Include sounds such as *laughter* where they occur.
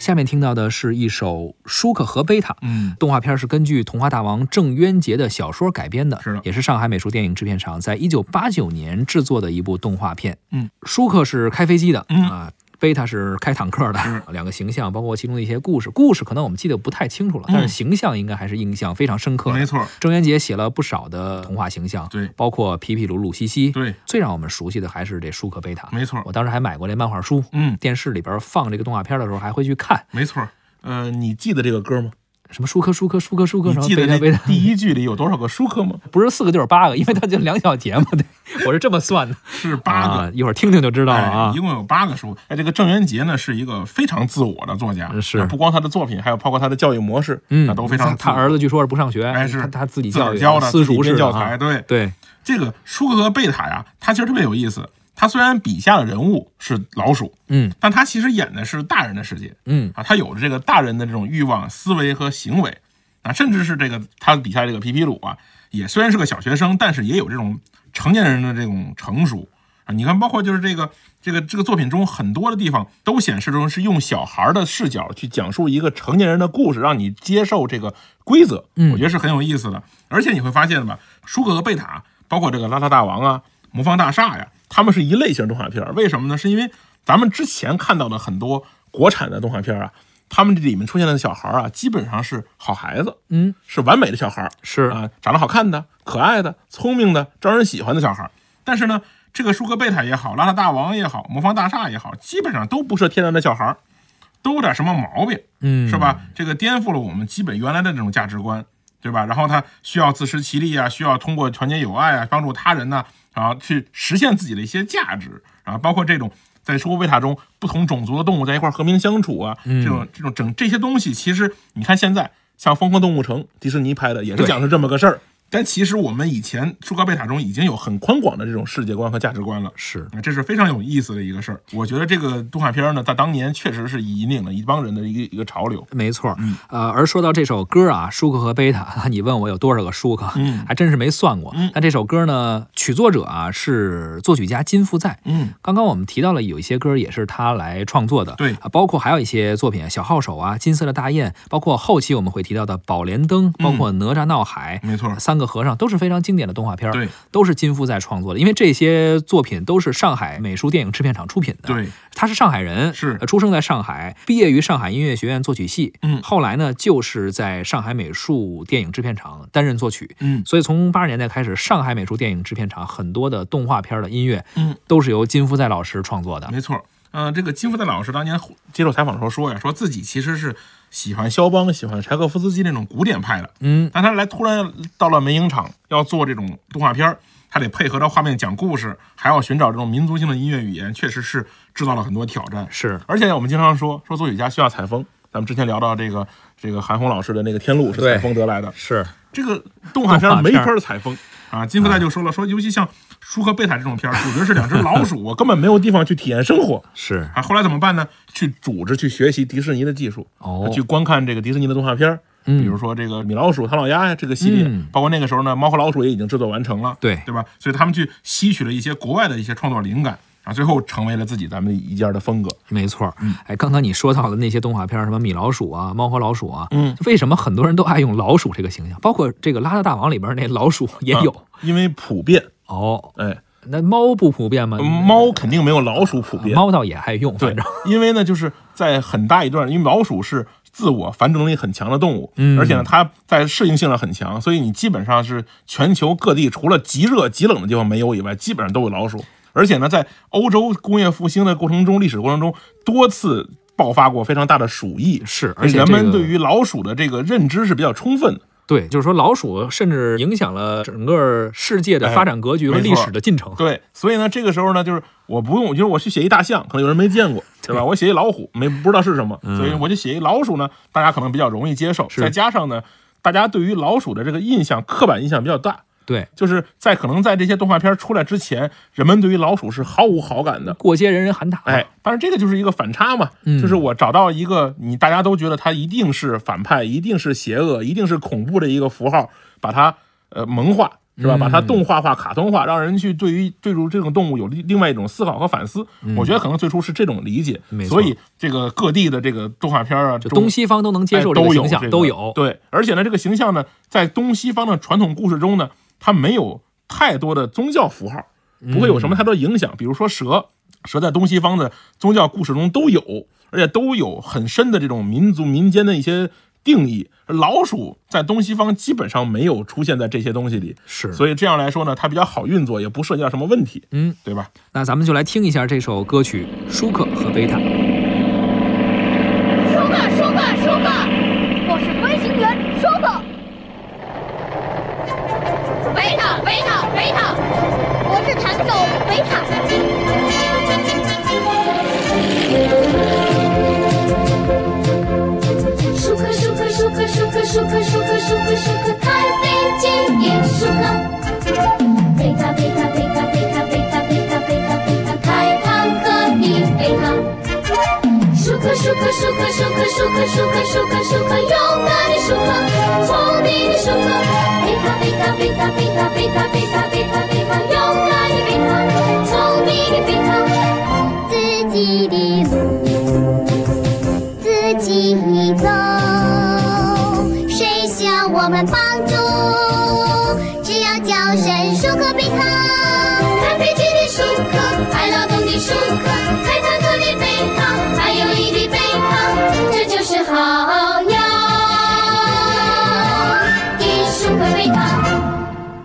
下面听到的是一首《舒克和贝塔》，嗯，动画片是根据童话大王郑渊洁的小说改编的，是的也是上海美术电影制片厂在一九八九年制作的一部动画片。嗯，舒克是开飞机的，嗯啊。贝塔是开坦克是的， *laughs* 两个形象，包括其中的一些故事。故事可能我们记得不太清楚了，但是嗯形象应该还是印象非常深刻的。没错，郑渊洁写了不少的童话形象，对包括皮皮鲁鲁西西，对，最让我们熟悉的还是这舒克贝塔。没错，啊我当时还买过这漫画书，嗯，电视里边放这个动画片的时候还会去看，没错。呃，你记得这个歌吗？什么舒克舒克舒克舒克你什么记贝得塔贝这塔，第一句里有多少个舒 *laughs* 克吗？不是四个就是八个，因为它就两小节嘛，对，我是这么算的。是八个。啊，一会儿听听就知道了哎，啊一。共有八个书。哎，这个郑渊洁呢是一个非常自我的作家，呃啊是那不光他的作品，还有包括他的教育模式，嗯，那都非常他他自我儿子据说是不上学，哎是他他自己自个教儿育教的私自己塾式编的教啊材。对，对，这个舒克和贝塔呀，他其实特别有意思。他虽然笔下的人物是老鼠，嗯但他其实演的是大人的世界嗯啊，他有着这个大人的这种欲望、思维和行为啊，甚至是这个他笔下这个皮皮鲁啊，也虽然是个小学生，但是也有这种成年人的这种成熟啊。你看，包括就是这个这个这个作品中很多的地方都显示中是用小孩的视角去讲述一个成年人的故事，让你接受这个规则，嗯我觉得是很有意思的。而且你会发现吧，舒克和贝塔，包括这个邋遢大王啊、魔方大厦呀，他们是一类型动画片儿。为什么呢？是因为咱们之前看到的很多国产的动画片儿啊，他们这里面出现的小孩儿啊，基本上是好孩子，嗯，是完美的小孩儿，是啊，长得好看的、可爱的、聪明的、招人喜欢的小孩儿。但是呢，这个舒克贝塔也好，邋遢大王也好，魔方大厦也好，基本上都不是天然的小孩儿，都有点什么毛病，嗯是？吧？这个颠覆了我们基本原来的这种价值观，对吧？然后他需要自食其力啊，需要通过团结友爱啊，帮助他人呐、然后去实现自己的一些价值啊，包括这种。在舒克贝塔中，不同种族的动物在一块儿和平相处啊，这嗯种这种整这些东西，其实你看现在像《疯狂动物城》，迪士尼拍的也是对讲的这么个事儿。但其实我们以前舒克贝塔中已经有很宽广的这种世界观和价值观了，是啊，这是非常有意思的一个事儿。我觉得这个动画片儿呢，在当年确实是引领了一帮人的一个一个潮流。没错，嗯呃，而说到这首歌啊，舒克和贝塔， *laughs* 你问我有多少个舒克，嗯还真是没算过。那这首歌呢，曲作者啊是作曲家金复在。嗯，刚刚我们提到了有一些歌也是他来创作的，对啊，包括还有一些作品，小号手啊，金色的大雁，包括后期我们会提到的《宝莲灯》，嗯包括哪吒闹海，没错儿，三个和尚都是非常经典的动画片儿，对都是金复在创作的，因为这些作品都是上海美术电影制片厂出品的，对，他是上海人，是呃出生在上海，毕业于上海音乐学院作曲系，嗯后来呢就是在上海美术电影制片厂担任作曲，嗯所以从八十年代开始，上海美术电影制片厂很多的动画片的音乐嗯，都是由金复在老师创作的，没错儿。嗯、这个金福代老师当年接受采访的时候说呀，说自己其实是喜欢肖邦、喜欢柴可夫斯基那种古典派的，嗯，但他来突然到了梅影厂要做这种动画片儿，他得配合着画面讲故事，还要寻找这种民族性的音乐语言，确实是制造了很多挑战。是而且我们经常说说作曲家需要采风，咱们之前聊到这个这个韩红老师的那个《天路》是对采风得来的，是，这个动画片动画没片法儿采风啊。金福代就说了，说尤其像舒克贝塔这种片儿，主角是两只老鼠，我根本没有地方去体验生活是啊。后来怎么办呢？去组织去学习迪士尼的技术，哦去观看这个迪士尼的动画片儿。嗯比如说这个米老鼠、唐老鸭呀这个系列，嗯包括那个时候呢，猫和老鼠也已经制作完成了，对对吧？所以他们去吸取了一些国外的一些创作灵感啊，最后成为了自己咱们一家的风格。没错儿，嗯哎，刚刚你说到的那些动画片儿，什么米老鼠啊、猫和老鼠啊，嗯，为什么很多人都爱用老鼠这个形象？包括这个《邋遢大王》里边儿那老鼠也有、啊因为普遍，哦。哎，那猫不普遍吗？嗯啊猫肯定没有老鼠普遍。猫倒也爱用，对反正， *laughs* 因为呢，就是在很大一段，因为老鼠是自我繁殖能力很强的动物，嗯而且呢，它在适应性上很强，所以你基本上是全球各地除了极热极冷的地方没有以外，基本上都有老鼠。而且呢，在欧洲工业复兴的过程中，历史过程中多次爆发过非常大的鼠疫，是而且哎人这们个对于老鼠的这个认知是比较充分的。对，就是说老鼠甚至影响了整个世界的哎发展格局和没历错史的进程。对，所以呢，这个时候呢，就是我不用，就是我去写一大象，可能有人没见过，对吧？我写一老虎，没不知道是什么，所以我就写一老鼠呢，大家可能比较容易接受。是再加上呢，大家对于老鼠的这个印象、刻板印象比较大，对，就是在可能在这些动画片出来之前，人们对于老鼠是毫无好感的。过街人人喊打。哎，，但是这个就是一个反差嘛，嗯就是我找到一个你大家都觉得它一定是反派，一定是邪恶，一定是恐怖的一个符号，把它呃萌化，是吧？嗯把它动画化、卡通化，让人去对于对于这种动物有另另外一种思考和反思。我觉得可能最初是这种理解嗯没，错所以这个各地的这个动画片啊，就中东西方都能接哎受这都个形有这象，个都有。对，而且呢，这个形象呢，在东西方的传统故事中呢，它没有太多的宗教符号，嗯不会有什么太多影响。比如说蛇，蛇在东西方的宗教故事中都有，而且都有很深的这种民族民间的一些定义。老鼠在东西方基本上没有出现在这些东西里，是，所以这样来说呢，它比较好运作，也不涉及到什么问题，嗯，对吧？那咱们就来听一下这首歌曲《舒克和贝塔》。舒克，舒克，舒克，我是飞行员舒克。贝塔，贝塔，贝塔，我是弹手贝塔。舒克舒克舒克舒克舒克舒克舒克舒克开飞机也舒克。贝塔贝塔贝塔贝塔贝塔贝塔贝塔贝塔开膛可以贝塔。舒克舒克舒克舒克舒克舒克舒克舒克勇敢的舒克，聪明的舒克。贝塔贝塔贝塔贝塔贝塔贝塔贝塔贝塔勇敢的贝塔，聪明的贝塔，自己的路。自己走，谁向我们帮助？只要叫声舒克贝塔，